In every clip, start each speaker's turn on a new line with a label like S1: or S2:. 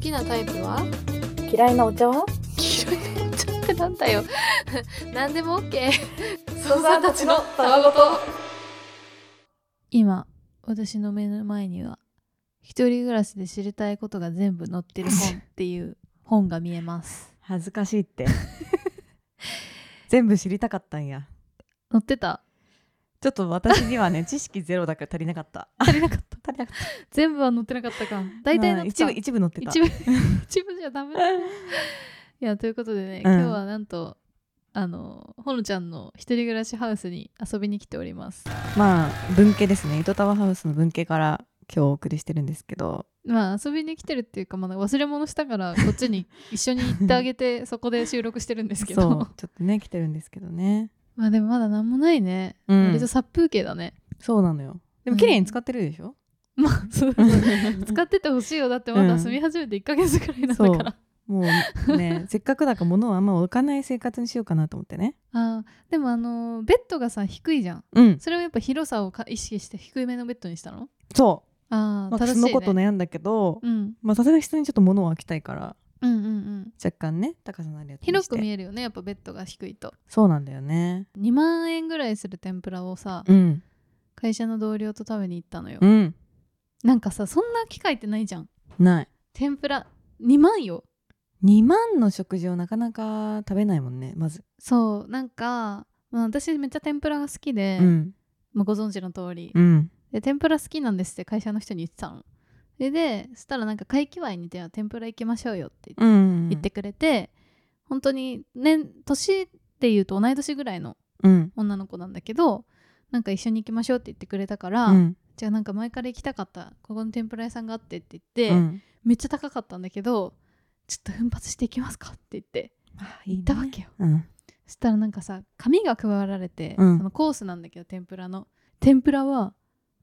S1: きなタイプは
S2: 嫌いなお茶は
S1: 黄色いのちょっとなんだよ何でも OK
S2: 父さんたちのたわごと
S3: 今私の目の前には一人暮らしで知りたいことが全部載ってる本っていう本が見え ます
S4: 恥ずかしいって全部知りたかったんや
S3: 載ってた
S4: ちょっと私 にはね知識ゼロだから足りなかった
S3: 足りなかった
S4: 足りなかった
S3: 全部は載ってなかったか大体載
S4: うん
S3: って
S4: 一
S3: た
S4: 部一部載ってた
S3: 一部一部じ ゃ ダメだいやということでね、
S4: うん
S3: 今日はなんとあのほのちゃんの一人暮らしハウスに遊びに来ております
S4: まあ文系ですね糸タワーハウスの文系から今日お送りしてるんですけど
S3: まあ遊びに来てるっていうか、まあ、忘れ物したからこっち に一緒に行ってあげてそこで収録してるんですけ
S4: そう
S3: ど
S4: ちょっとね来てるんですけどね
S3: まあでもまだ何もないね、
S4: うん
S3: 割と殺風景だね
S4: そうなのよでも綺麗に使ってるでしょ、
S3: まあそう 使っててほしいよだってまだ住み始めて1ヶ月くらいなんだから、
S4: そうもう ねせっかくだから物をあんま置かない生活にしようかなと思ってね
S3: あーでもあのーベッドがさ低いじゃん
S4: うん
S3: それをやっぱ広さをか意識して低めのベッドにしたの
S4: そ
S3: あ
S4: う、
S3: あ、
S4: まあ、
S3: 正しい、
S4: そ
S3: ね、
S4: のこと悩んだけど、
S3: うん、
S4: まあさすがに人にちょっと物を置きたいから
S3: うんうんうん
S4: 若干ね高さのあるやつにして
S3: 広く見えるよねやっぱベッドが低いと
S4: そうなんだよね
S3: 2万円ぐらいする天ぷらをさ、
S4: うん
S3: 会社の同僚と食べに行ったのよ、
S4: うん
S3: なんかさそんな機会ってないじゃん
S4: ない
S3: 天ぷら2万よ
S4: 2万の食事をなかなか食べないもんねまず、
S3: そうなんか、まあ、私めっちゃ天ぷらが好きで、
S4: うん
S3: まあ、ご存知の通り、
S4: うん
S3: で天ぷら好きなんですって会社の人に言ってたのそれでそしたらなんか会期祝いにじゃあ天ぷら行きましょうよって
S4: うん
S3: 言ってくれて、本当に年年っていうと同い年ぐらいの
S4: うん
S3: 女の子なんだけどなんか一緒に行きましょうって言ってくれたから、
S4: うん
S3: じゃあなんか前から行きたかったここの天ぷら屋さんがあってって言って、
S4: うん
S3: めっちゃ高かったんだけどちょっと奮発していきますかって言って
S4: あい
S3: 行
S4: いね
S3: ったわけよ、
S4: うん
S3: そしたらなんかさ紙が配られて、
S4: うん
S3: そのコースなんだけど天ぷらの天ぷらは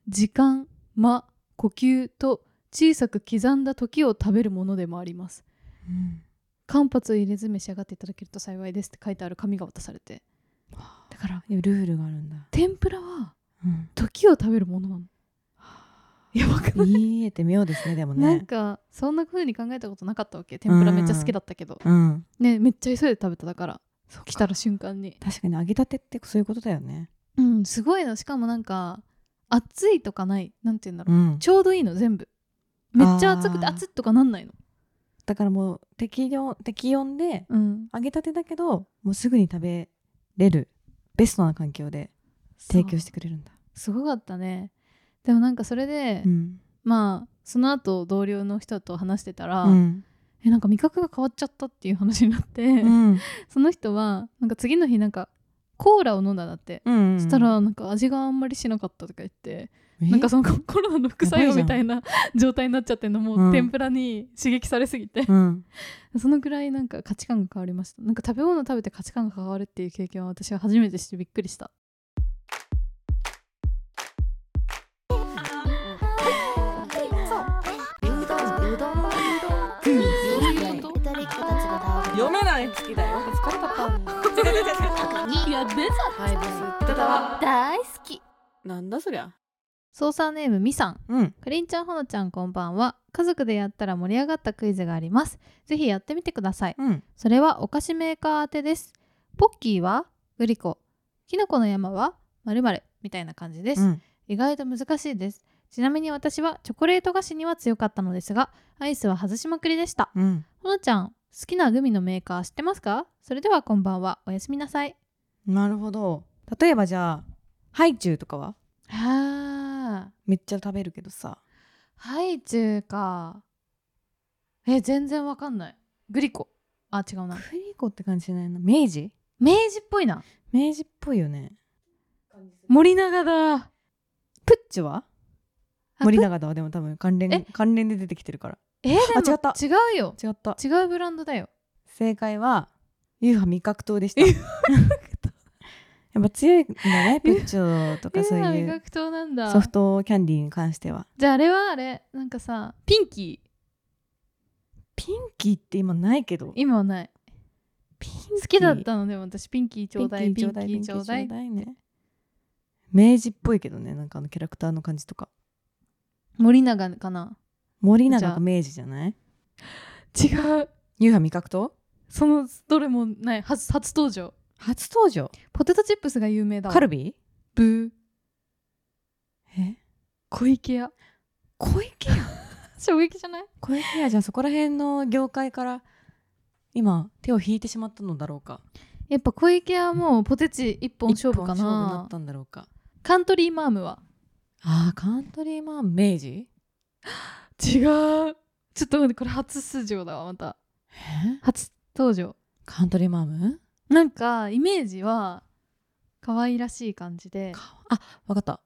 S3: 時間間呼吸と小さく刻んだ時を食べるものでもあります
S4: うん
S3: 間髪を入れず召し上がっていただけると幸いですって書いてある紙が渡されてだから
S4: いやルールがあるんだ、
S3: 天ぷらは
S4: うん
S3: 時を食べるものなのやばくない、
S4: 言えて妙ですねでもね
S3: なんかそんな風に考えたことなかったわけ天ぷらめっちゃ好きだったけど、
S4: うん
S3: ねめっちゃ急いで食べただから来たら瞬間に
S4: 確かに揚げたてってそういうことだよね
S3: うんすごいのしかもなんか熱いとかないなんて言うんだろう、
S4: ん
S3: ちょうどいいの全部めっちゃ熱くて
S4: あー
S3: 熱っとかなんないの
S4: だからもう適温適温で
S3: うん
S4: 揚げたてだけどもうすぐに食べれるベストな環境で提供してくれるんだ
S3: すごかったねでもなんかそれで、
S4: ん
S3: まあその後同僚の人と話してたら、
S4: うん
S3: えなんか味覚が変わっちゃったっていう話になって、
S4: うん
S3: その人はなんか次の日なんかコーラを飲んだんだって、
S4: うん
S3: そしたらなんか味があんまりしなかったとか言って、
S4: え
S3: なんかそのココロナの副作用みたいな状態になっちゃってんのもう、
S4: うん
S3: 天ぷらに刺激されすぎて、
S4: うん
S3: そのぐらいなんか価値観が変わりましたなんか食べ物食べて価値観が変わるっていう経験は私は初めてしてびっくりした
S1: 読めない好きだよ疲れたいや出
S5: 大好き
S2: なんだそりゃ
S3: 操作ネームみさん
S4: うん
S3: かりんちゃんほのちゃんこんばんは家族でやったら盛り上がったクイズがありますぜひやってみてください
S4: うん
S3: それはお菓子メーカー宛てです。ポッキーはグリコ、キノコの山は〇〇みたいな感じです、
S4: うん
S3: 意外と難しいです。ちなみに私はチョコレート菓子には強かったのですが、アイスは外しまくりでした。
S4: うん
S3: ほのちゃん、好きなグミのメーカー知ってますかそれではこんばんは。おやすみなさい。
S4: なるほど例えばじゃあハイチュウとかは
S3: はあ、
S4: めっちゃ食べるけどさ
S3: ハイチュウか。え、全然わかんない。グリコ。あ、違うな。
S4: クリコって感じしないな明治
S3: 明治っぽいな。
S4: 明治っぽいよね
S3: 森永だ。
S4: プッチは
S3: あ
S4: 森永だわでも多分関連
S3: え
S4: 関連で出てきてるから
S3: えで
S4: あ違っ
S3: も
S4: た
S3: 違うよ。
S4: 違った
S3: 違うブランドだよ。
S4: 正解は UFO 味覚糖でした やっぱ強いんだねプッチョとかそう
S3: えー
S4: い
S3: 味
S4: う
S3: 覚糖なんだ
S4: ソフトキャンディーに関しては
S3: じゃああれはあれなんかさピンキー
S4: ピンキーって今ないけど
S3: 今はない
S4: ピン
S3: 好きだったのでも私ピンキーちょうだいピンキ
S4: ピン
S3: ー
S4: キ
S3: ちょうだい
S4: ね明治っぽいけどねなんかあのキャラクターの感じとか
S3: 森永かな
S4: 森永
S3: じゃあ
S4: が明治じゃない
S3: 違う
S4: ユーハ味覚糖
S3: そのどれもない初初登場
S4: 初登場
S3: ポテトチップスが有名だわ
S4: カルビ
S3: ブー
S4: え
S3: 小池屋
S4: 小池屋
S3: 衝撃じゃない
S4: 小池屋じゃあそこら辺の業界から今手を引いてしまったのだろうか
S3: やっぱ小池屋はもうポテチ一本勝負か
S4: 一本勝負にな
S3: な
S4: ったんだろうか
S3: カントリーマームは
S4: あーカントリーマン明治
S3: 違うちょっと待ってこれ初出場だわまた
S4: え
S3: 初登場
S4: カントリーマーム
S3: なんかイメージは可愛らしい感じで
S4: わかった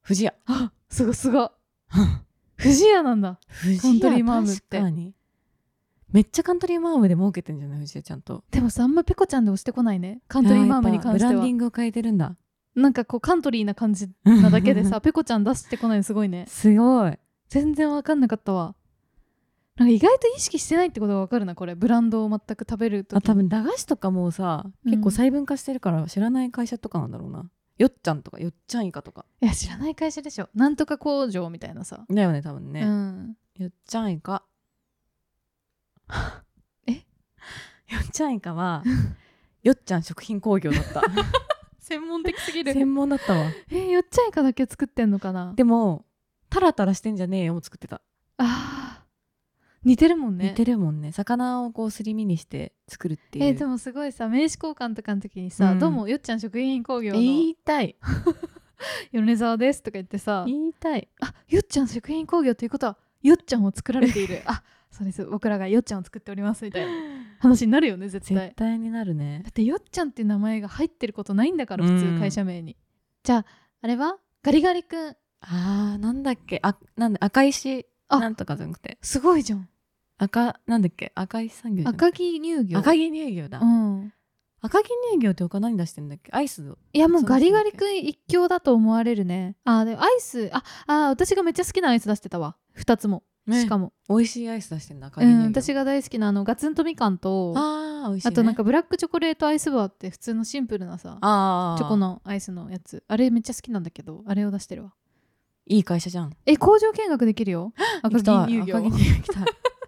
S4: 不二家
S3: あすごいすごい 不二家なんだ
S4: 不
S3: カントリーマームって
S4: 確かにめっちゃカントリーマームで儲けてんじゃない藤江ちゃんと
S3: でもさあんまペコちゃんで押してこないねカントリーマームに関し
S4: あーやっぱブ
S3: て
S4: ラン
S3: は
S4: ディングを変えてるんだ
S3: なんかこうカントリーな感じなだけでさペコちゃん出してこないのすごいね
S4: すごい
S3: 全然わかんなかったわなんか意外と意識してないってことがわかるなこれブランドを全く食べると
S4: あ多分駄菓子とかもうさ、
S3: うん
S4: 結構細分化してるから知らない会社とかなんだろうなよっちゃんとかよっちゃんイカとか
S3: いや知らない会社でしょなんとか工場みたいなさ、
S4: だよね多分ね、
S3: うん
S4: よっちゃんイカ
S3: え
S4: よっちゃんイカはよっちゃん食品工業だった
S3: 専門的すぎる
S4: 専門だったわ
S3: えー、よっちゃいかだけ作ってんのかな
S4: でもタラタラしてんじゃねえよも作ってた、
S3: あー似てるもんね
S4: 似てるもんね魚をこうすり身にして作るっていう
S3: えーでもすごいさ名刺交換とかの時にさ、
S4: うん
S3: どうもよっちゃん食品工業の
S4: 言いたい
S3: 米沢ですとか言ってさ
S4: 言いたい
S3: あよっちゃん食品工業ということはよっちゃんを作られているあそうです僕らがよっちゃんを作っておりますみたいな 話になるよね絶対
S4: 絶対になるね
S3: だってよっちゃんっていう名前が入ってることないんだから
S4: うん
S3: 普通会社名に、じゃああれはガリガリ君
S4: あーなんだっけあなんだ赤石
S3: あ
S4: なんとかじゃなくて
S3: すごいじゃん
S4: 赤なんだっけ赤石産業じゃなくて
S3: 赤木乳業
S4: 赤木乳業だ、
S3: うん
S4: 赤木乳業って他何出してんだっけアイスを
S3: いやもう
S4: そうで
S3: ガ
S4: すね
S3: リガリ君一強だと思われるねあでもアイスああ私がめっちゃ好きなアイス出してたわ2つも、しか
S4: も
S3: も、
S4: 美味しいアイス出してんだ赤
S3: う
S4: 木乳業、
S3: ん、私が大好きなあのガツンとみかんとあ,、
S4: あー美味しい、ね、
S3: となんかブラックチョコレートアイスバーって普通のシンプルなさ
S4: あー
S3: チョコのアイスのやつあれめっちゃ好きなんだけどあれを出してるわ
S4: いい会社じゃん
S3: え工場見学できるよ赤木
S4: 行きたい
S3: 乳業
S4: 赤木乳業行きたい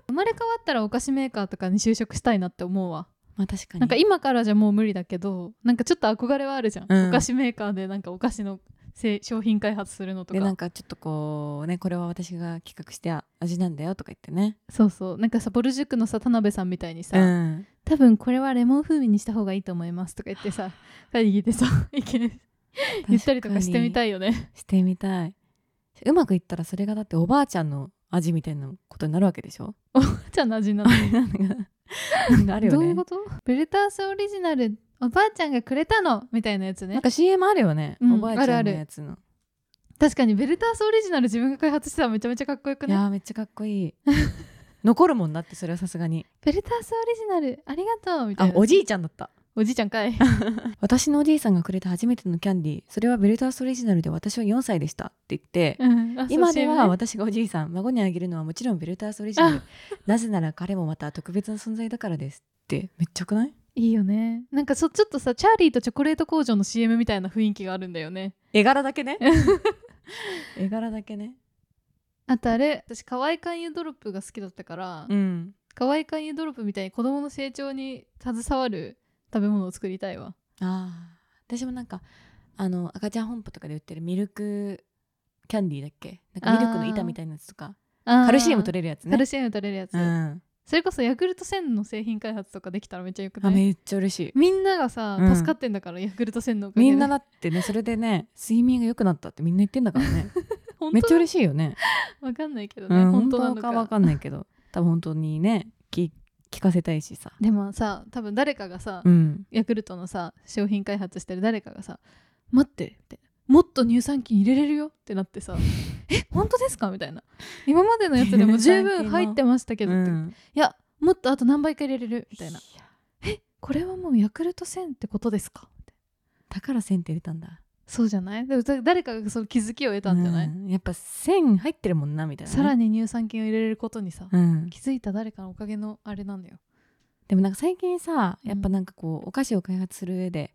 S3: 生まれ変わったらお菓子メーカーとかに就職したいなって思うわ
S4: まあ確かに
S3: なんか今からじゃもう無理だけどなんかちょっと憧れはあるじゃん、
S4: うん
S3: お菓子メーカーでなんかお菓子の製商品開発するのと
S4: で
S3: か
S4: なんかちょっとこうねこれは私が企画してあ味なんだよとか言ってね
S3: そうそうなんかさボル塾のさ田辺さんみたいにさ、
S4: うん
S3: 多分これはレモン風味にした方がいいと思いますとか言って さ会議でさ意見言ったりとかしてみたい
S4: い
S3: よ ね
S4: してみたいうまくいったらそれがだっておばあちゃんの味みたいなことになるわけでしょ
S3: じゃあなじなの
S4: なんかなんかあるよ
S3: ど
S4: ね
S3: ういうことベルタースオリジナルおばあちゃんがくれたのみたいなやつ
S4: なん
S3: ね
S4: か CM あるよね、
S3: うん
S4: おばあちゃ
S3: あ
S4: ん
S3: る
S4: の
S3: ある
S4: やつの
S3: 確かにベルタースオリジナル自分が開発してたらめちゃめちゃかっこよく
S4: い
S3: ね
S4: やーめっちゃかっ こいい残るもんだってそれはさすがに
S3: ベルタースオリジナルありがとうみたい
S4: あ
S3: な
S4: おじいちゃんだった
S3: おじいちゃんか い
S4: 私のおじいさんがくれた初めてのキャンディーそれはベルタースオリジナルで私は4歳でしたって言って、
S3: うんあそう
S4: 今では
S3: CM ね
S4: 私がおじいさん孫にあげるのはもちろんベルタースオリジナルなぜなら彼もまた特別な存在だからですってめっちゃよくない
S3: いいよねなんかそちょっとさチャーリーとチョコレート工場の CM みたいな雰囲気があるんだよね
S4: 絵柄だけね 絵柄だけね
S3: あとあれ私河合勧誘ドロップが好きだったから
S4: うん
S3: 河合勧誘ドロップみたいに子供の成長に携わる食べ物を作りたいわ
S4: あー私もなんかあの赤ちゃん本舗とかで売ってるミルクキャンディーだっけなんかミルクの板みたいなやつとかカ
S3: カ
S4: ルシウム取
S3: れる
S4: れるやつね
S3: カルシウム取れるやつ、
S4: うん、
S3: それこそヤクルト1000の製品開発とかできたらめっちゃよくな
S4: あ
S3: い
S4: めっちゃ嬉しい
S3: みんながさ、
S4: うん
S3: 助かってんだからヤクルト1000のおかげ
S4: み
S3: で
S4: んなだってねそれでね睡眠が良くなったってみんな言ってんだからね
S3: 本当
S4: めっちゃ嬉しいよね
S3: わかんないけど
S4: う
S3: ね、
S4: ん
S3: 本
S4: 本
S3: 当な
S4: 当
S3: の
S4: か
S3: か
S4: わかんないけど多分本当にね聞聞かせたいしさ
S3: でもさ多分誰かがさ、
S4: うん
S3: ヤクルトのさ商品開発してる誰かがさ「待って」って「もっと乳酸菌入れれるよ」ってなって さ「え本当ですか?」みたいな「今までのやつでも十分入ってましたけど」って
S4: うん
S3: いやもっとあと何倍か入れれる」みたいな「えこれはもうヤクルト1000ってことですか?みたいな」
S4: だから線って入れたんだ
S3: そうじゃないでもだ誰かがその気づきを得たんじゃない、
S4: うんやっぱ線入ってるもんなみたいなね、
S3: さらに乳酸菌を入れれることにさ、
S4: うん、
S3: 気づいた誰かのおかげのあれなんだよ。
S4: でもなんか最近さやっぱなんかこうお菓子を開発する上で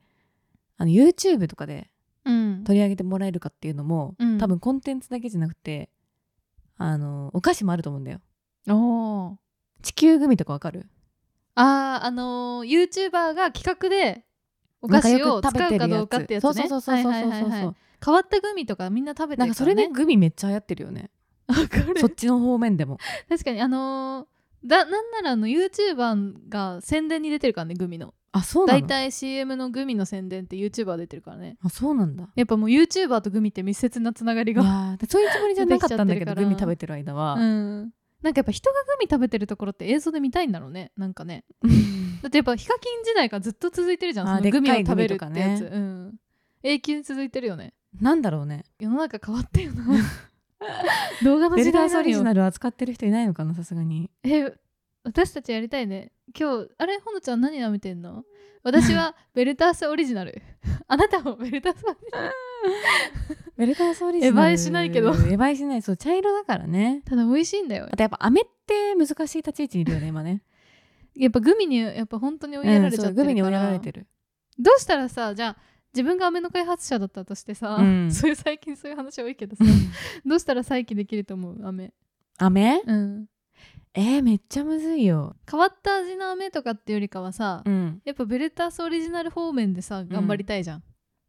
S4: あの YouTube とかで
S3: うん
S4: 取り上げてもらえるかっていうのも、
S3: うん
S4: 多分コンテンツだけじゃなくてあのお菓子もあると思うんだよ
S3: おー
S4: 地球グミとかわかる
S3: あーあのー、YouTuber が企画でお菓子を使うかどうかってやつね
S4: そうそうそうそうそうそうそう、
S3: はいはいはいはい変わったグミとかみんな食べて
S4: なん
S3: る
S4: か
S3: か
S4: そ
S3: ら、ね、
S4: れでグミめっちゃ流行ってるよね
S3: わかる
S4: そっちの方面でも
S3: 確かにあのーだなんならあの YouTuber が宣伝に出てるからねグミの
S4: あそうな
S3: 大
S4: の
S3: 体 CM のグミの宣伝って YouTuber 出てるからね
S4: あそうなんだ
S3: やっぱもう YouTuber とグミって密接なつながり
S4: いや
S3: が
S4: ーそういうつもりじゃなかったんだ
S3: 出
S4: け
S3: てきちゃってるか
S4: ど
S3: ら
S4: グミ食べてる間は、
S3: うんなんかやっぱ人がグミ食べてるところって映像で見たいんだろうねなんかねだってやっぱヒカキン時代からずっと続いてるじゃん
S4: あー
S3: そのグミを
S4: でっか
S3: 食べ
S4: いグミ
S3: る
S4: と
S3: って
S4: か
S3: や
S4: ね
S3: つ、うん、永久に続いてるよね
S4: なんだろうね
S3: 世の中変わったよな 動画の
S4: ベ
S3: 時
S4: ル
S3: 代
S4: ダース
S3: な
S4: オ
S3: の
S4: リジ
S3: よ
S4: ナル扱ってる人いないのかなさすがに
S3: え私たちやりたいね今日あれほのちゃん何舐めてんの私 はベルタースオリジナルあなたもベルタースオリジナル
S4: ベルダースオリジナル
S3: 映えしないけど
S4: 映えしないそう茶色だからね
S3: ただ美味しいんだよ
S4: あとやっぱ飴って難しい立ち位置にいるよね今ね
S3: やっぱグミにやっぱ本当に追いやられちゃってるから、
S4: うんそうグミに追いやられてる
S3: どうしたらさじゃあ自分が飴の開発者だったとしてさ、
S4: うん
S3: そういう最近そういう話多いけどさどうしたら再起できると思う飴
S4: 飴
S3: うん
S4: えー、めっちゃむずいよ
S3: 変わった味の飴とかってよりかはさ、
S4: うん
S3: やっぱベルタースオリジナル方面でさ頑張りたいじゃん、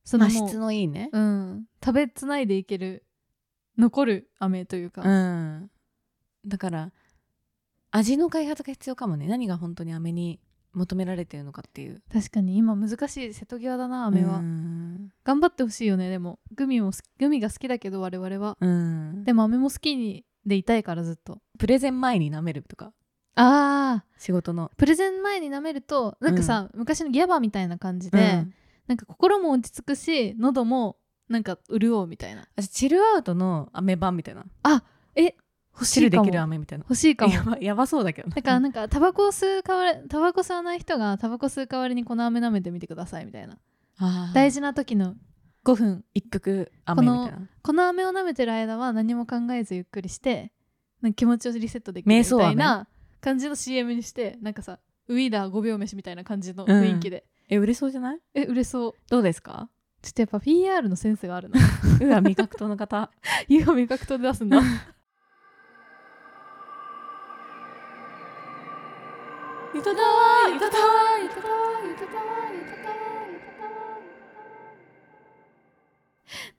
S3: そ
S4: ま
S3: の
S4: あ
S3: もう
S4: 質のいいね
S3: うん、食べつないでいける残る飴というか、
S4: うんだから味の開発が必要かもね何が本当に飴に求められてるのかっていう
S3: 確かに今難しい瀬戸際だな飴は、
S4: うん
S3: 頑張ってほしいよねでもグミも好きグミが好きだけど我々は
S4: うん
S3: でも飴も好きにでいたいからずっと
S4: プレゼン前に舐めるとか
S3: ああ
S4: 仕事の
S3: プレゼン前に舐めるとなんかさ、昔のギャバみたいな感じで、
S4: うん
S3: なんか心も落ち着くし喉もなんか潤うみたいな
S4: あチルアウトの飴版みたいな
S3: え欲し
S4: チル
S3: い
S4: で
S3: かも
S4: きる飴みたいな
S3: 欲しいかも
S4: やばやばそうだけどな
S3: だからなんかタバコを吸う代わりタバコ吸わない人がタバコ吸う代わりにこの飴舐めてみてくださいみたいな
S4: あー
S3: 大事な時の5分
S4: 一曲飴みたいな
S3: この飴を舐めてる間は何も考えずゆっくりしてなんか気持ちをリセットできる
S4: 瞑
S3: み
S4: 想
S3: た
S4: 飴
S3: いな感じの CM にしてなんかさウィーダー5秒飯みたいな感じの
S4: うん
S3: 雰囲気で、
S4: え売れそうじゃない
S3: え売れそう
S4: どうですか
S3: ちょっとやっぱ PR のセンスがあるな
S4: うわ味覚糖の方
S3: 湯を味覚とで出す んだ
S1: ゆとたわゆとたわゆとたわゆとたわゆとたわ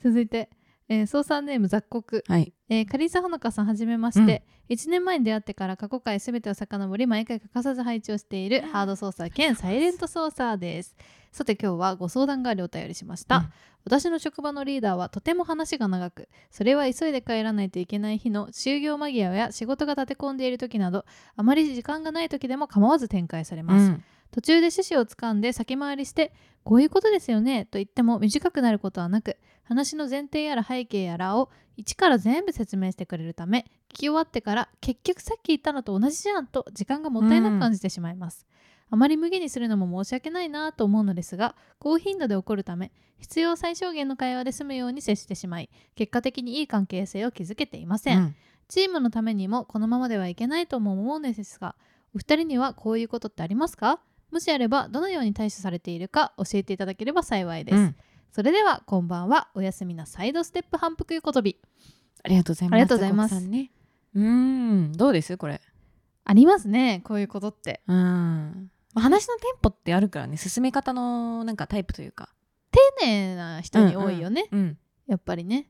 S3: 続いて、えー、操作ネーム雑穀
S4: はい
S3: えー、カリーサほのかさんはじめまして、1年前に出会ってから過去回すべてを遡り毎回欠かさず配置をしているハード操作兼サイレント操作ですさて今日はご相談がありお便りしました、
S4: うん
S3: 私の職場のリーダーはとても話が長くそれは急いで帰らないといけない日の就業間際や仕事が立て込んでいる時などあまり時間がない時でも構わず展開されます、途中で趣旨をつかんで先回りして「こういうことですよね」と言っても短くなることはなく話の前提やら背景やらを一から全部説明してくれるため聞き終わってから「結局さっき言ったのと同じじゃん」と時間がもったいなく感じてしまいます。あまり無限にするのも申し訳ないなと思うのですが高頻度で起こるため必要最小限の会話で済むように接してしまい結果的にいい関係性を築けていません、
S4: うん
S3: チームのためにもこのままではいけないとも思うのですがお二人にはこういうことってありますかもしあればどのように対処されているか教えていただければ幸いです、
S4: うん
S3: それではこんばんはおやすみなサイドステップ反復横跳び
S4: ありがとうございます
S3: ありがとうございます
S4: 雑穀さんねうんどうですこれ
S3: ありますねこういうことって
S4: うんまあ話のテンポってあるからね進め方のなんかタイプというか
S3: 丁寧な人に多いよね、
S4: うん
S3: やっぱりね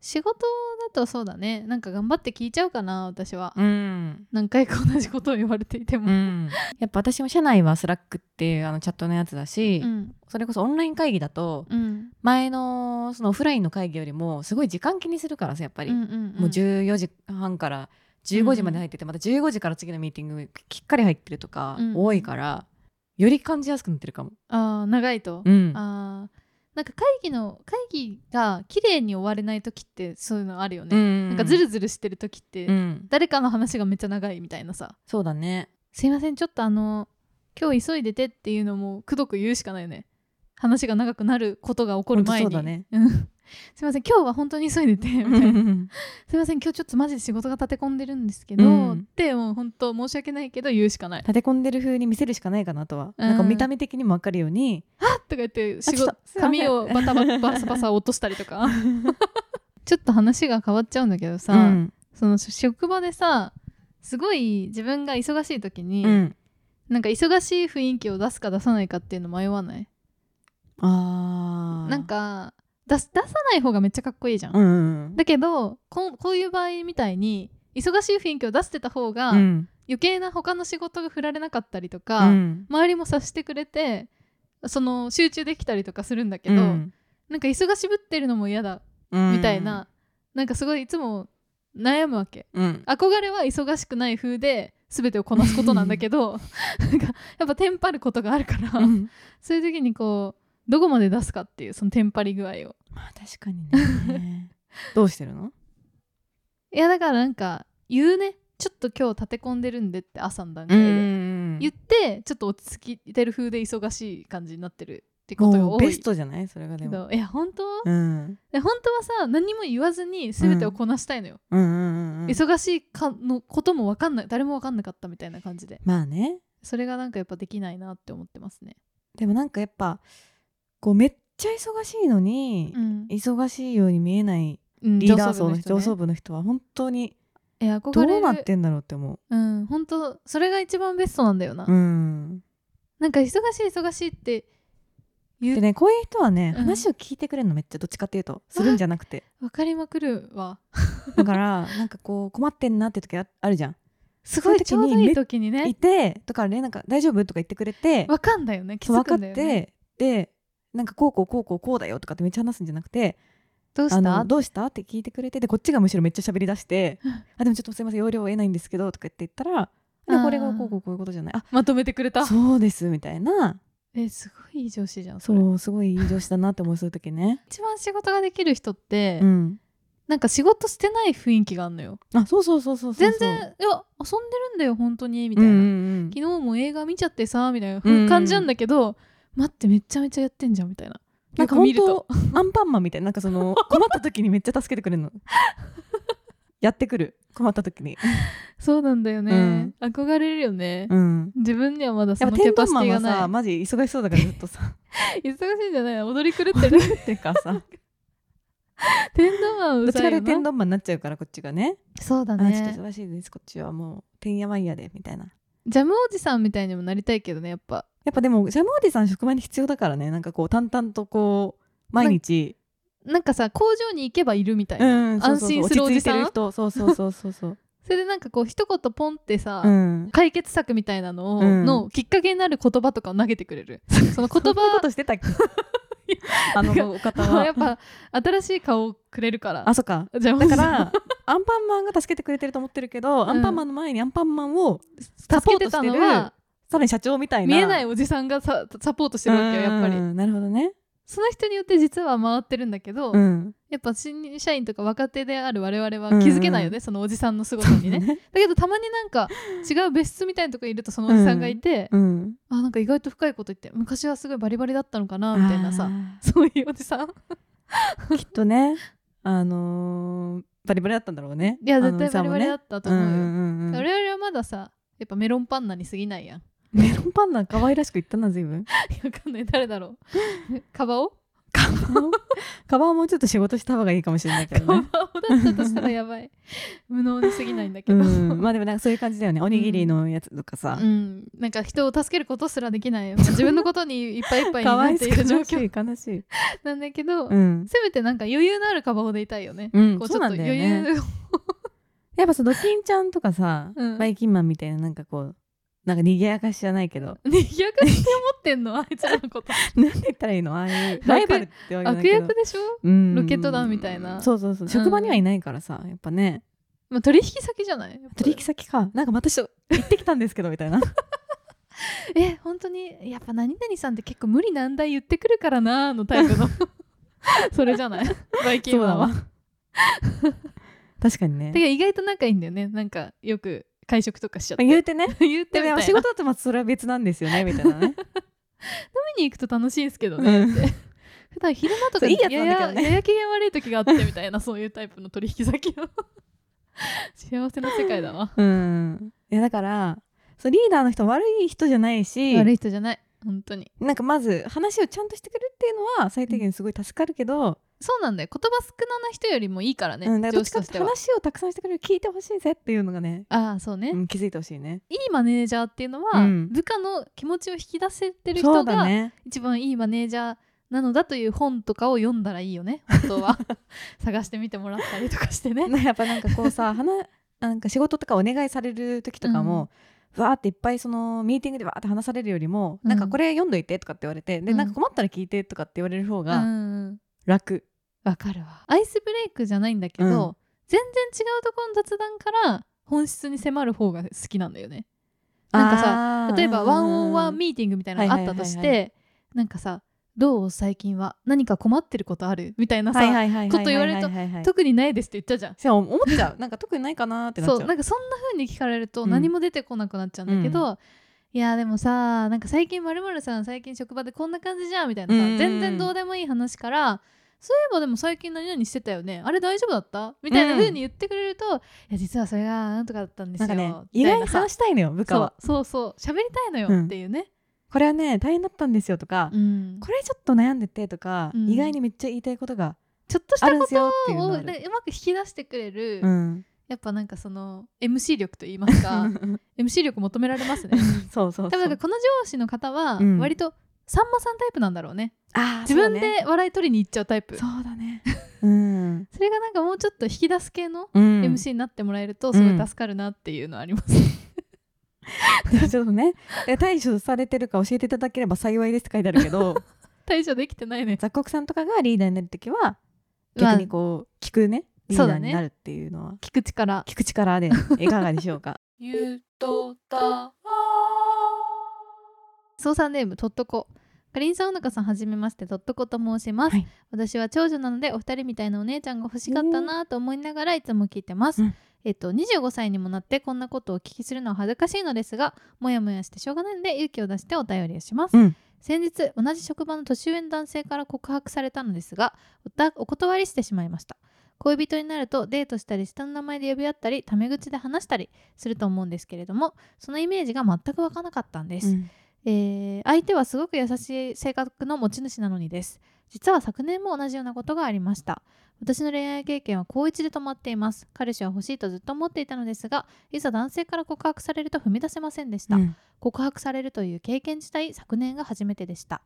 S3: 仕事だとそうだねなんか頑張って聞いちゃうかな私は、
S4: うん
S3: 何回か同じことを言われていても、
S4: うん、やっぱ私も社内はスラックっていうあのチャットのやつだし、
S3: うん
S4: それこそオンライン会議だと
S3: うん
S4: 前のそのオフラインの会議よりもすごい時間気にするからさやっぱり、
S3: うんうん
S4: もう14時半から15時まで入ってて、また15時から次のミーティングきっかり入ってるとか
S3: うん
S4: 多いから、より感じやすくなってるかも。
S3: ああ長いと、
S4: うん、
S3: あーなんか会議の会議が綺麗に終われない時ってそういうのあるよ
S4: う
S3: ね、
S4: ん
S3: なんかズルズルしてる時って、
S4: うん、
S3: 誰かの話がめっちゃ長いみたいなさ
S4: そうだ ね。
S3: すいませんちょっとあの今日急いでてっていうのもくどく言うしかないよね話が長くなることが起こる前に
S4: ほんとそうだね
S3: んすいません今日は本当に急いでてみたいな
S4: う
S3: すいません今日ちょっとマジで仕事が立て込んでるんですけど、
S4: うん
S3: ってもう本当申し訳ないけど言うしかない
S4: 立て込んでる風に見せるしかないかなとは、
S3: うん
S4: なんか見た目的にも分かるように
S3: とか言って
S4: ちょっ
S3: 仕事
S4: とすいません
S3: 髪をバタバタバサバサ落としたりと かちょっと話が変わっちゃうんだけどさ、
S4: うん
S3: その職場でさすごい自分が忙しい時に、
S4: うん
S3: なんか忙しい雰囲気を出すか出さないかっていうの迷わない
S4: あー
S3: なんか出す出さない方がめっちゃかっこいいじゃん、
S4: うんうん
S3: だけどこんこういう場合みたいに忙しい雰囲気を出してた方が、
S4: うん
S3: 余計な他の仕事が振られなかったりと
S4: う
S3: か、
S4: ん
S3: 周りも察してくれてその集中できたりとかするんだけど、
S4: うん
S3: なんか忙しぶってるのも嫌だ
S4: うん
S3: みたいな、なんかすごいいつも悩むわけ
S4: うん
S3: 憧れは忙しくない風で全てをこなすことなんだけどなんかやっぱテンパることがあるから、
S4: うん
S3: そういう時にこうどこまで出すかっていうそのテンパり具合を
S4: まあ確かに ねどうしてるの
S3: いやだからなんか言うねちょっと今日立て込んでるんでって朝の段
S4: う
S3: 階で、
S4: ん
S3: 言ってちょっと落ち着いてる風で忙しい感じになってるってことが多
S4: もう
S3: い
S4: ベストじゃないそれがで
S3: け
S4: も
S3: どいや本当
S4: うん
S3: え本当はさ何も言わずに全てをこなしたいのよ、
S4: うんうんうんうん
S3: 忙しいかのことも分かんない誰も分かんなかったみたいな感じで
S4: まあね
S3: それがなんかやっぱできないなって思ってますね
S4: でもなんかやっぱこうめっちゃ忙しいのに
S3: うん
S4: 忙しいように見えない
S3: うん
S4: リーダー層の人上層
S3: 部
S4: 部の人は本当に
S3: え憧
S4: ど
S3: れる
S4: うなってんだろうって思
S3: うん本当それが一番ベストなんだよな、
S4: ううん
S3: なんか忙しい忙しいって言
S4: で
S3: う
S4: ねこういう人はね、
S3: うん
S4: 話を聞いてくれるのめっちゃどっちかっていうとするんじゃなくて
S3: 分かりまくる わ
S4: だからなんかこう困ってんなって時ああるじゃん
S3: すごいち
S4: そう
S3: ょ
S4: いうう時に
S3: どいい時に
S4: い
S3: ね
S4: てとかねなんか大丈夫とか言ってくれて
S3: 分かんだよね気
S4: そう
S3: づ
S4: 分か
S3: く
S4: っ
S3: んだよね
S4: てでなんかこうこうこうこうこうだよとかってめっちゃ話すんじゃなくて
S3: どう
S4: あ
S3: した
S4: のどうしたって聞いてくれてでこっちがむしろめっちゃ喋り 出してあでもちょっとすいません要領を得ないんですけどとか言って言ったらでこれがこうこうこういうことじゃないあ
S3: まとめてくれた
S4: そうですみたいな
S3: えすごいいい上司じゃんそれ
S4: そうすごいいい上司だなって思うそういう 時ね
S3: 一番仕事ができる人って、
S4: うん
S3: なんか仕事してない雰囲気があるのよ
S4: あそうそうそうそうそう
S3: 全然いや遊んでるんだよ本当にみ
S4: み
S3: たいな、
S4: うん
S3: 昨日も映画見ちゃってさみたいな
S4: うんうん
S3: 感じなんだけど、待ってめちゃめちゃやってんじゃんみたいなよ
S4: なんか
S3: く見
S4: 本
S3: ると
S4: 当アンパンマンみたいななんかそ の困った時にめっちゃ助けてくれるのやってくる困った時に
S3: そうなんだよね、憧れるよね、
S4: うん
S3: 自分にはまだそ
S4: やっ
S3: の
S4: ぱ
S3: キ
S4: 天
S3: ャパ
S4: 丼
S3: シテ
S4: マン
S3: ィ
S4: は
S3: が
S4: さ
S3: ない
S4: マジ忙しそうだからずっとさ
S3: 忙しいんじゃない踊り狂って る
S4: っていうかさ
S3: 天丼マン
S4: ど
S3: う
S4: っち
S3: ざ
S4: か
S3: いよ
S4: で天
S3: な
S4: 丼マンになっちゃうからこっちがね
S3: そうだ
S4: あちょっと
S3: ね
S4: 忙しいですこっちはもうてんやわんやでみたいな
S3: ジャムおじさんみたいにもなりたいけどねやっぱ
S4: やっぱでもジャムおじさん職場に必要だからねなんかこう淡々とこう毎日
S3: なんかさ工場に行けばいるみたいな、
S4: うんそうそうそう
S3: 安心するおじさん
S4: 落ち着いてる人そうそうそうそうそう
S3: それでなんかこう一言ポンってさ、
S4: うん
S3: 解決策みたいなのを、
S4: うん
S3: のきっかけになる言葉とかを投げてくれるその言
S4: そんなこ
S3: 葉
S4: としてたっけ あのお 方
S3: はやっ
S4: は
S3: ぱ新しい顔をくれるから
S4: あそっか
S3: じゃあ
S4: だからアンパンマンが助けてくれてると思ってるけど、アンパンマンの前にアンパンマンをサポ
S3: 助け
S4: ート
S3: て
S4: して
S3: た
S4: る
S3: のは
S4: さらに社長みたいな
S3: 見えない
S4: っ
S3: おじさんがさサポートしてるわけよやっぱり
S4: なるほどね
S3: その人によって実は回ってるんだけど、
S4: うん
S3: やっぱ新入社員とか若手である我々は気づけないよね、そのおじさんの凄さにね
S4: ね
S3: だけどたまになんか違う別室みたいなとこいるとそのおじさんがいて、
S4: うん
S3: あなんか意外と深いこと言って昔はすごいバリバリだったのかなみたいなさ
S4: あ
S3: そういうおじさん
S4: ーきっとねあのーバリバリだったんだろうね
S3: いや絶対バリバリだ
S4: っ
S3: ったと
S4: た
S3: 思うよ、
S4: んうんうん
S3: 我々はまださやっぱメロンパンナに過ぎないやん
S4: メロンパンナ可愛らしく言ったな随分
S3: わかんない誰だ ろうカバオ
S4: カバンもうちょっと仕事した方がいいかもしれないけ
S3: カ
S4: ど
S3: バオ
S4: ね
S3: だったとしたらやばい無能に過ぎないんだけ
S4: う
S3: ど、
S4: ん、まあでもなんかそういう感じだよねおにぎりのやつとかさ、
S3: うんなんか人を助けることすらでき ない自分のことにいっぱいいっぱいに
S4: かわ
S3: なっ
S4: い
S3: て
S4: そ
S3: いうる状
S4: 悲し
S3: 況
S4: い悲し い、
S3: なんだけど、
S4: うん、
S3: せめてなんか余裕のあるカバオでいたいよね、
S4: うん
S3: こうち
S4: そ
S3: ょ
S4: う
S3: っ
S4: な
S3: と
S4: んだ
S3: 余
S4: よね
S3: 裕を
S4: やっぱさドキンちゃんとかさ、
S3: うん
S4: バイキンマンみたいななんかこうなんか賑やかしじゃないけど
S3: に逆に思ってんのあいつらの こと
S4: なんて言ったらいいのああいうライバルってわけじゃない
S3: 悪
S4: けど
S3: 役でしょ、
S4: うん
S3: ロケット団みたいな
S4: そうそうそう職場にはいないからさやっぱね
S3: まあ、取引先じゃない
S4: 取引先かなんかまたちょっと行ってきたんですけど みたいな
S3: え本当にやっぱ何々さんって結構無理難題言ってくるからなーのタイ プのそれじゃないバイキンマンは
S4: そうだわ 確かにね
S3: てか意外と仲いいんだよねなんかよく会食とかしちゃっ
S4: まあ
S3: て
S4: 言うてね
S3: 言ってみた
S4: で
S3: い
S4: も
S3: な
S4: 仕事だとまあそれは別なんですよねみ たいなね
S3: 見に行くと楽しいんですけどね、
S4: うん
S3: 普段昼間と
S4: そ
S3: か
S4: ういいやつなんだけど
S3: や
S4: ね
S3: ややや機嫌悪い時があってみたいな そういうタイプの取引先の 幸せな世界だわ
S4: うんいやだからそうリーダーの人悪い人じゃないし
S3: 悪い人じゃない本当に
S4: なんかまず話をちゃんとしてくれるっていうのは最低限すごい助かるけど、
S3: そうなんだよ言葉少なな人よりもいいからね、
S4: うん、だからど
S3: 上
S4: っち
S3: 司
S4: か
S3: と
S4: っ
S3: してて
S4: いうと
S3: は
S4: 話をたくさんしてくれる聞いてほしいぜっていうのがね、
S3: ああそうね、
S4: うん、気づいてほしいね
S3: いいマネージャーっていうのは、
S4: うん
S3: 部下の気持ちを引き出せてる
S4: そ
S3: 人
S4: うだ
S3: が、
S4: ね
S3: 一番いいマネージャーなのだという本とかを読んだらいいよね本当 は探してみてもらったりとかしてね
S4: なやっぱなんかこうさ話なんか仕事とかお願いされる時とかも、わーっていっぱいそのミーティングでわーって話されるよりも、
S3: うん
S4: なんかこれ読んどいてとかって言われてで
S3: うん
S4: なんか困ったら聞いてとかって言われる方
S3: う
S4: が
S3: ん
S4: 楽、
S3: わかるわアイスブレイクじゃないんだけど、
S4: うん
S3: 全然違うところの雑談から本質に迫る方が好きなんだよねなんかさ
S4: さ
S3: 例えばワンオンワンミ
S4: ミ
S3: ーティングみたいなのがあったとして、
S4: はいはいはい
S3: なんかさ「どう最近は何か困ってることある?」みたいなさ、
S4: ー
S3: こと言われると特にないですって言ったじゃん。
S4: そう思っちゃうなんか特にないかなってなっ
S3: そ
S4: ち
S3: う
S4: ゃう
S3: なんかそんな風に聞かれると
S4: うん
S3: 何も出てこなくなっちゃうんだけど、いやでもさなんか最近まるさん最近職場でこんな感じじゃんみたいなさ、
S4: うんうんうん
S3: 全然どうでもいい話からそういえばでも最近何々してたよねあれ大丈夫だったみたいな風に言ってくれると、いや実はそれがなんとかだったんです
S4: な
S3: よ
S4: んかね
S3: み
S4: 意
S3: たい
S4: 外
S3: な
S4: に
S3: さ
S4: 話したいのよ部下
S3: そ
S4: は
S3: うそうそう喋りたいのよっていうね、
S4: これはね大変だったんですよとか、
S3: うん
S4: これちょっと悩んでてとか、
S3: うん
S4: 意外にめっちゃ言いたいことが
S3: ちょっとし
S4: あ
S3: た
S4: るん
S3: こ
S4: ですよっ
S3: と
S4: ていうの
S3: を
S4: が
S3: な
S4: あ
S3: んか
S4: る
S3: うまく引き出してくれる、
S4: うん、
S3: やっぱなんかその MC 力と言います か MC 力求められますね
S4: そうそうそう
S3: 多分なんかこの上司の方は
S4: うん
S3: 割とさんまさんタイプなんだろうね、
S4: あー
S3: 自分で笑い取りに行っちゃうタイプそ,、
S4: そうだね。うん。
S3: れがなんかもうちょっと引き出す系の
S4: うん
S3: MC になってもらえるとすごい助かるなっていうのはあります、
S4: ちょっとね、で対処されてるか教えていただければ幸いですって書いてある けど、
S3: 対処できてないね
S4: 雑穀さんとかがリーダーになるときは、
S3: まあ
S4: 逆にこう、聞くね、リー
S3: そう
S4: ダー
S3: だね
S4: になるっていうのは、
S3: 聞く力
S4: 聞く力でいかがでしょうか。
S1: ゆとた
S3: 操作ネームとっとこかりんさんうのかさんはじめましてとっとこと申します、
S4: はい
S3: 私は長女なのでお二人みたいなお姉ちゃんが欲しかったなと思いながらいつも聞いてます、
S4: うん
S3: えっと25歳にもなってこんなことをお聞きするのは恥ずかしいのですがもやもやしてしょうがないので勇気を出してお便りをします、
S4: うん
S3: 先日同じ職場の年上の男性から告白されたのですがおたお断りしてしまいました恋人になるとデートしたり下の名前で呼び合ったりタメ口で話したりすると思うんですけれどもそのイメージが全く湧かなかったんです、えー相手はすごく優しい性格の持ち主なのにです実は昨年も同じようなことがありました私の恋愛経験は高一で止まっています彼氏は欲しいとずっと思っていたのですがいざ男性から告白されると踏み出せませんでした、
S4: うん
S3: 告白されるという経験自体昨年が初めてでした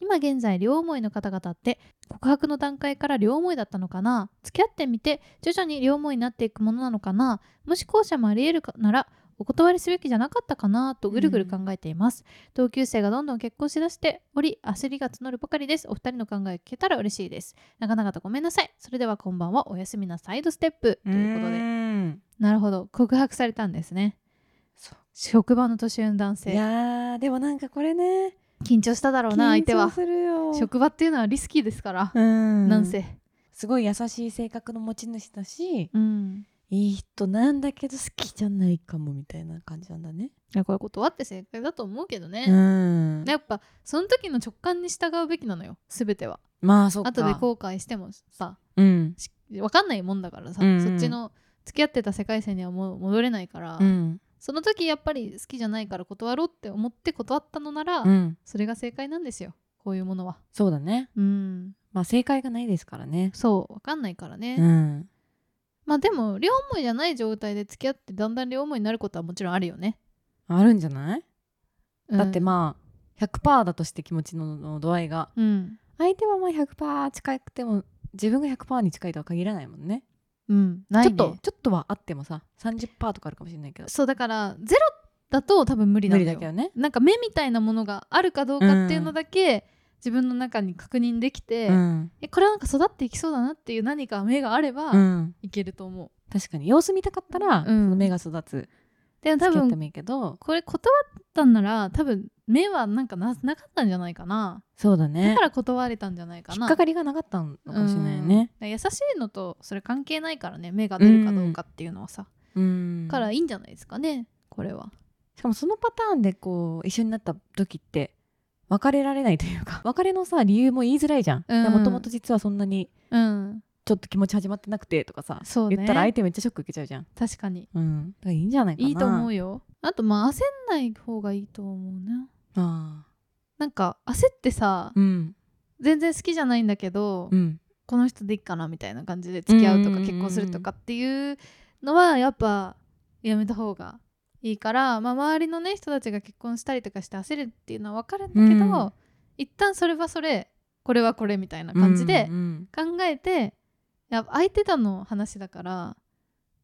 S3: 今現在両思いの方々って告白の段階から両思いだったのかな付き合ってみて徐々に両思いになっていくものなのかなもし後者もあり得るかならお断りすべきじゃなかったかなとぐるぐる考えています、同級生がどんどん結婚しだしており焦りが募るばかりですお二人の考え聞けたら嬉しいですなかなかとごめんなさいそれではこんばんはおやすみなサイドステップということで
S4: で。
S3: なるほど告白されたんですね
S4: そう
S3: 職場の年上の男
S4: い
S3: 性
S4: やー、でもなんかこれね、
S3: 緊張しただろうな相手
S4: 緊張
S3: は
S4: するよ。
S3: 職場っていうのはリスキーですから、
S4: うん。
S3: なんせ、
S4: すごい優しい性格の持ち主だし、
S3: うん、
S4: いい人なんだけど好きじゃないかもみたいな感じなんだね。
S3: いやこれ断って正解だと思うけどね、
S4: うん。
S3: やっぱその時の直感に従うべきなのよ全ては
S4: まあそっか。
S3: 後で後悔してもさ
S4: うん。
S3: し分かんないもんだからさ、
S4: うんうん
S3: そっちの付き合ってた世界線にはもう戻れないから、
S4: うん。
S3: その時やっぱり好きじゃないから断ろうって思って断ったのなら、
S4: うん。
S3: それが正解なんですよこういうものは
S4: そうだね。
S3: うん
S4: まあ正解がないですからね。
S3: そう分かんないからね、
S4: うん。
S3: まあでも両思いじゃない状態で付き合ってだんだん両思いになることはもちろんあるよね、
S4: あるんじゃない、
S3: うん
S4: だってまあ100%だとして気持ちのの度合いが
S3: うん
S4: 相手はまあ100%近くても自分が100%に近いとは限らないもんね
S3: うんない
S4: ち
S3: ね
S4: ょっとちょっとはあってもさ30%とかあるかもしれないけど
S3: そうだからゼロだと多分無理な
S4: 無
S3: ん
S4: 理
S3: だ
S4: だ
S3: よ
S4: けどね
S3: なんか目みたいなものがあるかどうかっていうのだけ、自分の中に確認できて、
S4: うん、
S3: えこれはなんか育っていきそうだなっていう何か目があれば、
S4: うん、
S3: いけると思う
S4: 確かに様子見たかったら、
S3: ん
S4: その目が育つ
S3: でも多
S4: 付き合って
S3: 分
S4: もいいけど
S3: これ断ったんなら多分目はなんかななかったんじゃないかな
S4: そうだ
S3: だ
S4: ね
S3: から断れたんじゃないか
S4: 引
S3: な
S4: っかかりがなかったのかもしれないよね
S3: うん優しいのとそれ関係ないからね目が出るかどうかっていうのはさ、
S4: うん
S3: からいいんじゃないですかねこれは
S4: しかもそのパターンでこう一緒になった時って別れられないというか別れのさ理由も言いづらいじゃん
S3: うん
S4: もともと実はそんなに
S3: うん
S4: ちょっと気持ち始まってなくてとかさ、
S3: そうね
S4: 言ったら相手めっちゃショック受けちゃうじゃん、
S3: 確かに
S4: うん、だからいいんじゃないかない
S3: いいと思う
S4: よ
S3: よあとまあ焦んない方がいいと思うな
S4: あ
S3: なんか焦ってさ、
S4: ーうん
S3: 全然好きじゃないんだけど、
S4: うん
S3: この人でいいかなみたいな感じで付き合うと
S4: う
S3: か
S4: んうんうんうん
S3: 結婚するとかっていうのはやっぱやめた方がいいから、まあ、周りのね人たちが結婚したりとかして焦るっていうのは分かるんだけど、
S4: うん
S3: 一旦それはそれこれはこれみたいな感じで
S4: うんうん
S3: 考えて、やっぱ相手との話だから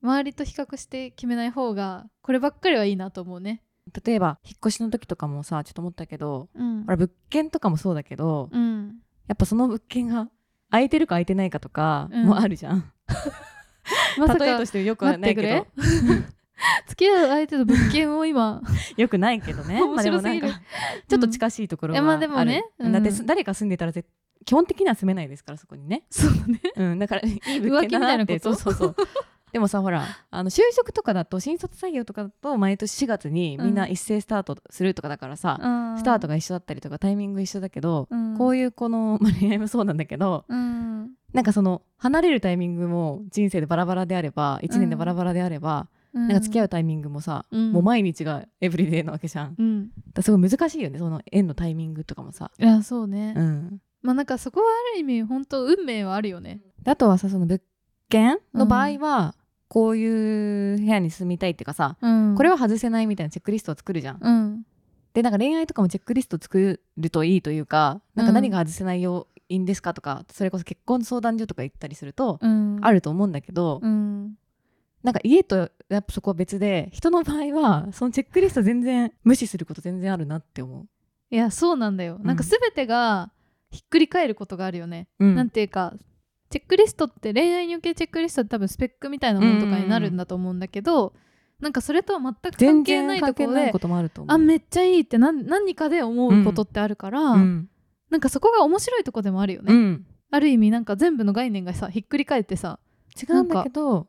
S3: 周りと比較して決めない方がこればっかりはいいなと思うね。
S4: 例えば引っ越しの時とかもさちょっと思ったけど
S3: うん
S4: ほら物件とかもそうだけど、
S3: うん
S4: やっぱその物件が空いてるか空いてないかとか
S3: うん
S4: もあるじゃん、
S3: まさか
S4: 例えとしてよくはないけ
S3: 待っ
S4: ど
S3: て付き合う相手と物件を今
S4: よくないけど ね
S3: 面白すぎる
S4: まあでもなんかちょっと近しいところがあ
S3: うん
S4: る、
S3: いやまあでもねうん
S4: だってす誰か住んでたら絶基本的には住めないですからそこにね
S3: そうだね
S4: うん、だからいい
S3: 浮
S4: 物
S3: 気み
S4: 件だ
S3: たい
S4: な
S3: なこ
S4: って
S3: と
S4: そ うそうそうでもさほらあの就職とかだと新卒採用とかだと毎年4月にみんな一斉スタートするとかだからさ、 ス
S3: ス
S4: タートが一緒だったりとかタイミング一緒だけど、
S3: うん
S4: こういうこの、 まあ、恋愛もそうなんだけど
S3: うん
S4: なんかその離れるタイミングも人生でバラバラであれば1年でバラバラであれば、なんか付き合うタイミングもさ、
S3: うん
S4: もう毎日がエブリデイなわけじゃんだか
S3: うん
S4: らすごい難しいよねその縁のタイミングとかもさ、
S3: いやそうね、
S4: うん、
S3: まあなんかそこはある意味本当運命はあるよね
S4: であとはさその物件の場合は、こういう部屋に住みたいっていうかさ、
S3: うん
S4: これ
S3: は
S4: は外せないみたいなチェックリストを作るじゃん、
S3: うん
S4: でなんか恋愛とかもチェックリスト作るといいというかなんか
S3: うん
S4: 何が外せない要因ですかとかそれこそ結婚相談所とか行ったりすると、
S3: うん
S4: あ
S3: る
S4: ると思うんだけど、
S3: うん
S4: なんか家とやっぱそこは別で人の場合はそのチェックリスト全然無視すること全然あるなって思
S3: いやそうなんだよ、なんか全てがひっくり返ることがあるよね、
S4: う、うん、
S3: なんていうかチェックリストって恋愛におけるチェックリストって多分スペックみたいなものとかになるんだと思うんだけど、なんかそれとは全く関
S4: 全
S3: 係な
S4: 然
S3: いと
S4: 関
S3: こ
S4: 係
S3: ろ
S4: ない
S3: で
S4: こともあると思う
S3: あめっちゃいいって何何かで思うことってあるから、
S4: うん
S3: なんかそこが面白いとこでもあるよね、
S4: うん
S3: ある意味なんか全部の概念がさひっくり返ってさ
S4: 違うんだけど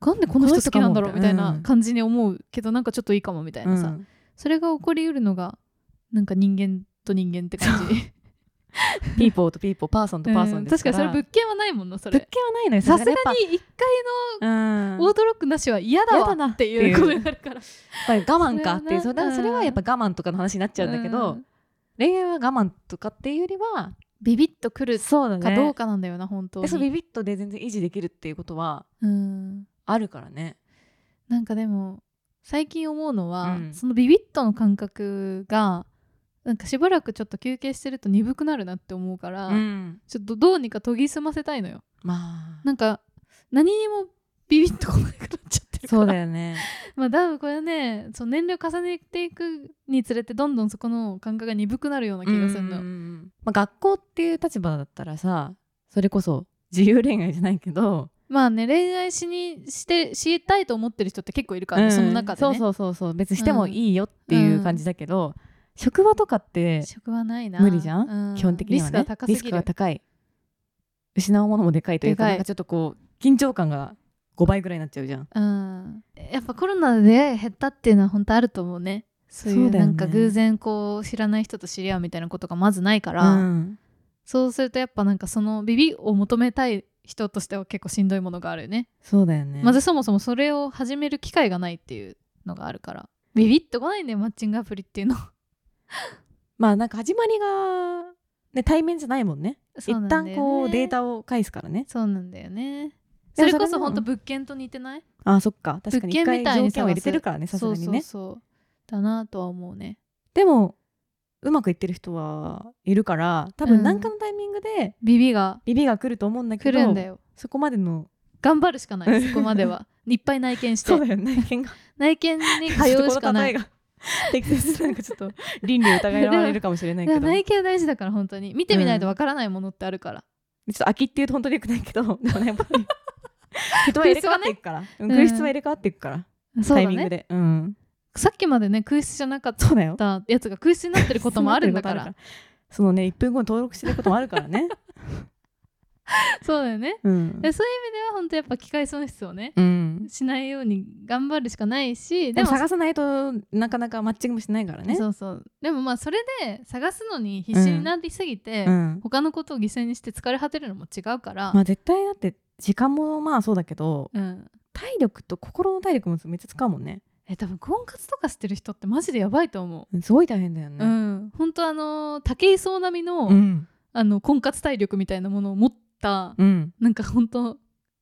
S3: なんでこの人好きなんだろう
S4: こ
S3: み
S4: の人
S3: た
S4: か
S3: い
S4: も
S3: な感じに思うけどなんかちょっといいかもみたいなさ、
S4: うん
S3: それが起こりうるのがなんか人間と人間って感じ
S4: ピーポーとピーポー パーソンとパーソ
S3: う
S4: ン
S3: ん
S4: です
S3: 確か
S4: か
S3: に
S4: ら
S3: それ物件はないもんなそ
S4: 物
S3: れ
S4: 件はないのよ
S3: さすがに
S4: やっぱ
S3: 一
S4: うん
S3: 回オートロックなしは嫌だ
S4: 嫌だ
S3: わ
S4: な
S3: ってい
S4: っ
S3: う
S4: てい
S3: 声
S4: う
S3: があるから
S4: やっぱり我慢かっていう
S3: そ
S4: そ
S3: れはな
S4: れだからそれはやっぱ我慢とかの話になっちゃうんだけど、
S3: うん
S4: 恋愛は我慢とかっていうよりは
S3: ビビッとくる
S4: そうだ
S3: かどうかなんだよな本当
S4: でその
S3: に
S4: ビビッとで全然維持できるっていうことは
S3: うん
S4: あるからね
S3: なんかでも最近思うのは、
S4: うん
S3: そのビビッとの感覚がなんかしばらくちょっと休憩してると鈍くなるなって思うから、
S4: うん
S3: ちょっとどうにか研ぎ澄ませたいのよ
S4: まあ
S3: なんか何にもビビッとこなくなっちゃってるから
S4: そうだよね
S3: まあ多分これはねその年齢を重ねていくにつれてどんどんそこの感覚が鈍くなるような気がするの、
S4: うんうんうんまあ、学校っていう立場だったらさそれこそ自由恋愛じゃないけど、
S3: まあね恋愛しにしてしたいと思ってる人って結構いるからね、
S4: うん
S3: その中でね
S4: そうそうそうそう別にしてもいいよっていう感じだけど、職場とかって
S3: 職はないな
S4: 無理じゃん、
S3: う
S4: 基本的にはね
S3: リスクが高すぎる
S4: リスクが高い失うものもでかいというか
S3: でかい
S4: なんかちょっとこう緊張感が5倍ぐらいになっちゃうじゃん
S3: うん、やっぱコロナで出会い減ったっていうのは本当あると思うねそうい
S4: そう
S3: う
S4: だよ
S3: な
S4: ね
S3: んか偶然こう知らない人と知り合うみたいなことがまずないから、
S4: うん
S3: そうするとやっぱなんかそのビビを求めたい人としては結構しんどいものがあるよね
S4: そうだよね
S3: まずそもそもそれを始める機会がないっていうのがあるからビビッとこないんだよマッチングアプリっていうの
S4: まあなんか始まりが、ね、対面じゃないもんね
S3: そうな
S4: 一
S3: んだよね
S4: 旦こうデータを返すからね
S3: そうなんだよね
S4: で
S3: そ
S4: も
S3: れこそ
S4: も
S3: 本当物件と似てない
S4: あそっか確かに一
S3: 物件
S4: 回
S3: みたいに探
S4: 条
S3: す
S4: 件を入れてるからねさす
S3: そ
S4: が
S3: う
S4: に
S3: そう
S4: ね
S3: そうだなとは思うね
S4: でもうまくいってる人はいるから多
S3: うん
S4: 分何かのタイミングで
S3: ビビが
S4: ビビが来ると思うんだけ
S3: 来
S4: ど、
S3: るんだよ
S4: そこまでの
S3: 頑張るしかない そこまではいっぱい内見して
S4: そうだよね見学
S3: 内見に通うしかない
S4: ちょっとこの例えが 適 切なんかちょっと倫理を疑われるかもしれないいけ
S3: や
S4: ど
S3: 内見は大事だから本当に見てみないとわからないものってあるから、
S4: ちょっと秋っていうと本当によくないけ どでもねやっぱり人は入れ替わっていくからうん空室は入れ替わっていくから、
S3: そう
S4: タイ
S3: だ
S4: ミング
S3: ね
S4: で、うん
S3: さっきまでね空室じゃなかっ
S4: そうだよ
S3: たやつが空室になってることもあるんだか
S4: そうな
S3: ら
S4: ってることあるからそのね1分後に登録してることもあるから ね、
S3: そうだよね
S4: うん
S3: でそういう意味では本当やっぱ機械損失をね
S4: うん、
S3: しないように頑張るしかないし
S4: で
S3: で
S4: も
S3: も
S4: 探さないとなかなかマッチングもしないからね
S3: そうそうでもまあそれで探すのに必死になりすぎて、
S4: うん、
S3: 他のことを犠牲にして疲れ果てるのも違うから、
S4: まあ絶対だって時間もまあそうだけど
S3: うん、
S4: 体力と心の体力もめっちゃ使うもんね
S3: え多分婚活とかしてる人ってマジでやばいと思
S4: うんすごい大変だよ
S3: う、う
S4: ね、
S3: ん本当あの武井壮並みの,、
S4: うん
S3: あの婚活体力みたいなものを持っった
S4: うん
S3: なんか本当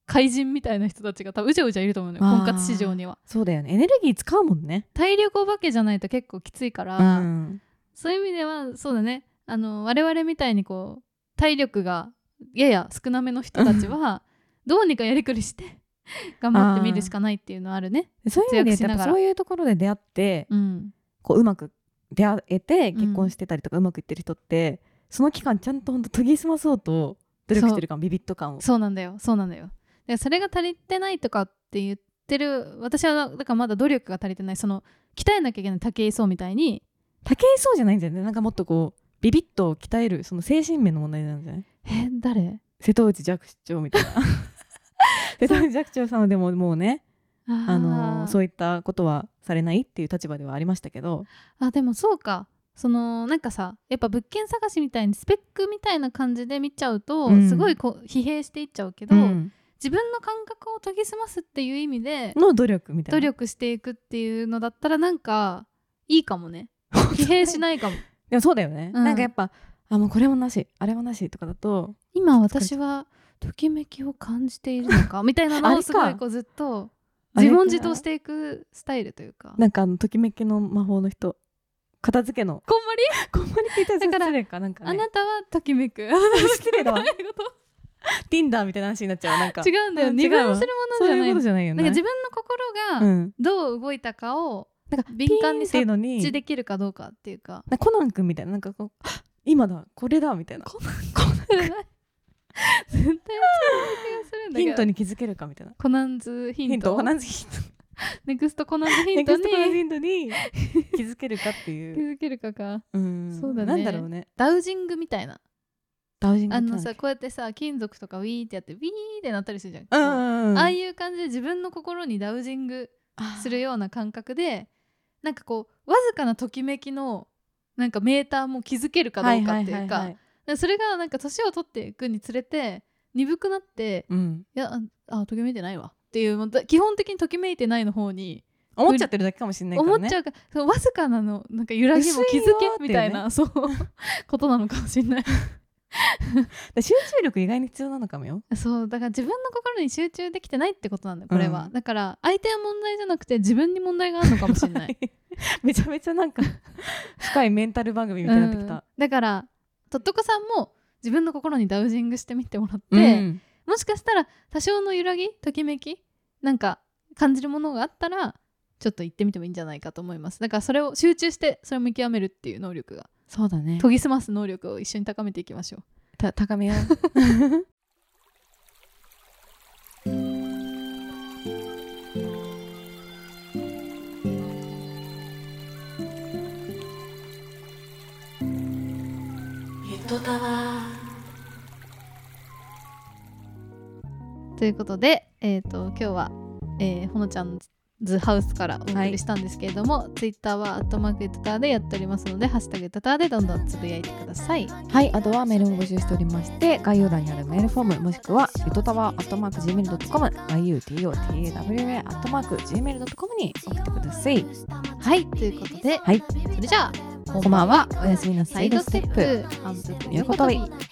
S3: 怪人みたいな人たちが多分うじゃうじゃいると思うのよ
S4: あー
S3: 婚活市場には
S4: そうだよねエネルギー使うもんね
S3: 体力お化けじゃないと結構きついから、
S4: うん
S3: そういう意味ではそうだねあの我々みたいにこう体力がやや少なめの人たちはどうにかやりくりして 頑張ってみるしかないっていうのはあるね。
S4: そういう意味
S3: 活躍し
S4: で
S3: な
S4: や
S3: が
S4: っ
S3: ら
S4: ぱそういうところで出会って
S3: うん、
S4: こううまく出会えて
S3: ん
S4: 結婚してたりとかうまくいってる人ってその期間ちゃんとほんと研ぎ澄まそうと努力してる感ビビッと感を
S3: そうなんだよそうなんだよ。でそれが足りてないとかって言ってる私はだからまだ努力が足りてないその鍛えなきゃいけない武井壮みたいに
S4: 竹井そうじゃないんだよねなんかもっとこうビビッと鍛えるその精神面の問題なんじゃない
S3: え誰
S4: 瀬戸内寂聴 みたいな瀬戸内寂聴さんはでももうね
S3: あー
S4: あのそういったことはされないっていう立場ではありましたけど
S3: あでもそうかそのなんかさやっぱ物件探しみたいにスペックみたいな感じで見ちゃうと、
S4: うん
S3: すごいこう疲弊していっちゃうけど、自分の感覚を研ぎ澄ますっていう意味で
S4: の努力みたい
S3: 努
S4: な
S3: 力していくっていうのだったらなんかいいかも ね疲弊しないかも
S4: でもそうだよね、
S3: うん
S4: なんかやっぱあもうこれもなしあれもなしとかだと
S3: 今私はときめきを感じているのかみたいな
S4: あれ
S3: のを
S4: か
S3: すごいこうずっと
S4: あれ
S3: 自
S4: か
S3: 問自答していくスタイルというか
S4: なんかあのときめきの魔法の人片付けの
S3: こんまり
S4: こんまり聞いた
S3: だから
S4: 失礼かなんか、ね、
S3: あなたはときめく
S4: 失礼だわ
S3: どういうこ
S4: Tinder みたいな話になっちゃうなんか
S3: と違うんだよ
S4: うん
S3: 二
S4: 違う
S3: 分
S4: わ
S3: するも
S4: そ
S3: のじゃ
S4: う
S3: な
S4: いう
S3: い
S4: ことじゃないよ
S3: な
S4: ね
S3: んか自分の心
S4: う
S3: が
S4: ん、
S3: どう動いたかを
S4: なんか
S3: 敏感に
S4: ピーンっていうのに
S3: 一致できるかどうかっていうか
S4: なんかコナン君みたいななんかこうあ今だこれだみたいな
S3: 絶対 落ちる気がするんだけど
S4: ヒントに気づけるかみたいな
S3: コナンズヒント
S4: コナンヒント
S3: ネクストコナンズヒ
S4: ネ
S3: ント
S4: ク
S3: に
S4: ストコナンヒン トに気づけるかって
S3: 気
S4: いう、
S3: づけるかか
S4: うん、
S3: そうだね
S4: なんだろうね
S3: ダウジングみたいな
S4: ダウジング
S3: あ
S4: ってな
S3: の
S4: んだっ
S3: さこうやってさ金属とかウィーってやってウィーってなったりするじゃん、
S4: けうんうんうん
S3: ああいう感じで自分の心にダウジングするような感覚でなんかこうわずかなときめきのなんかメーターも気づけるかどうかっていう
S4: ははは
S3: か
S4: は
S3: でそれがなんか年を取っていくにつれて鈍くなって
S4: うん、
S3: いやああときめいてないわっていうもうだ基本的にときめいてないの方に
S4: 思っちゃってるだけかもしれないからね
S3: 思っちゃうか、そうわずかなのなんか揺らぎも気づ
S4: 薄い
S3: け
S4: よーってい
S3: み
S4: うね
S3: たいな、そうことなのかもしれない
S4: で集中力意外に必要なのかもよ
S3: そうだから自分の心に集中できてないってことなんだよこれは、
S4: うん
S3: だから相手は問題じゃなくて自分に問題があるのかもしれない
S4: めちゃめちゃなんか深いメンタル番組みたいになってき
S3: うん
S4: た、
S3: だからとっとこさんも自分の心にダウジングしてみてもらって、
S4: うん
S3: もしかしたら多少の揺らぎときめきなんか感じるものがあったらちょっと行ってみてもいいんじゃないかと思いますだからそれを集中してそれを見極めるっていう能力が
S4: そうだね
S3: 研ぎ澄ます能力を一緒に高めていきましょう
S4: た高めよ
S5: ゆとたわ
S3: ということで、えー、と今日は、えーほのちゃんズハウスからお送りしたんですけれども、ツイッターはアットマークユタターでやっておりますので「ハッシュタグユタター」でどんどんつぶやいてください。
S4: はいあとはメールも募集しておりまして概要欄にあるメールフォームもしくはゆとたわ .gmail.com yutotawa アットマーク gmail.com に送ってください
S3: はいということで、
S4: はい
S3: それじゃあ
S4: こんばんはおやすみなさ
S3: サ
S4: い
S3: イド
S4: ド
S3: ス
S4: ス
S3: テ
S4: テ
S3: ッ
S4: ッ
S3: プ
S4: プ
S3: 安
S4: 横跳び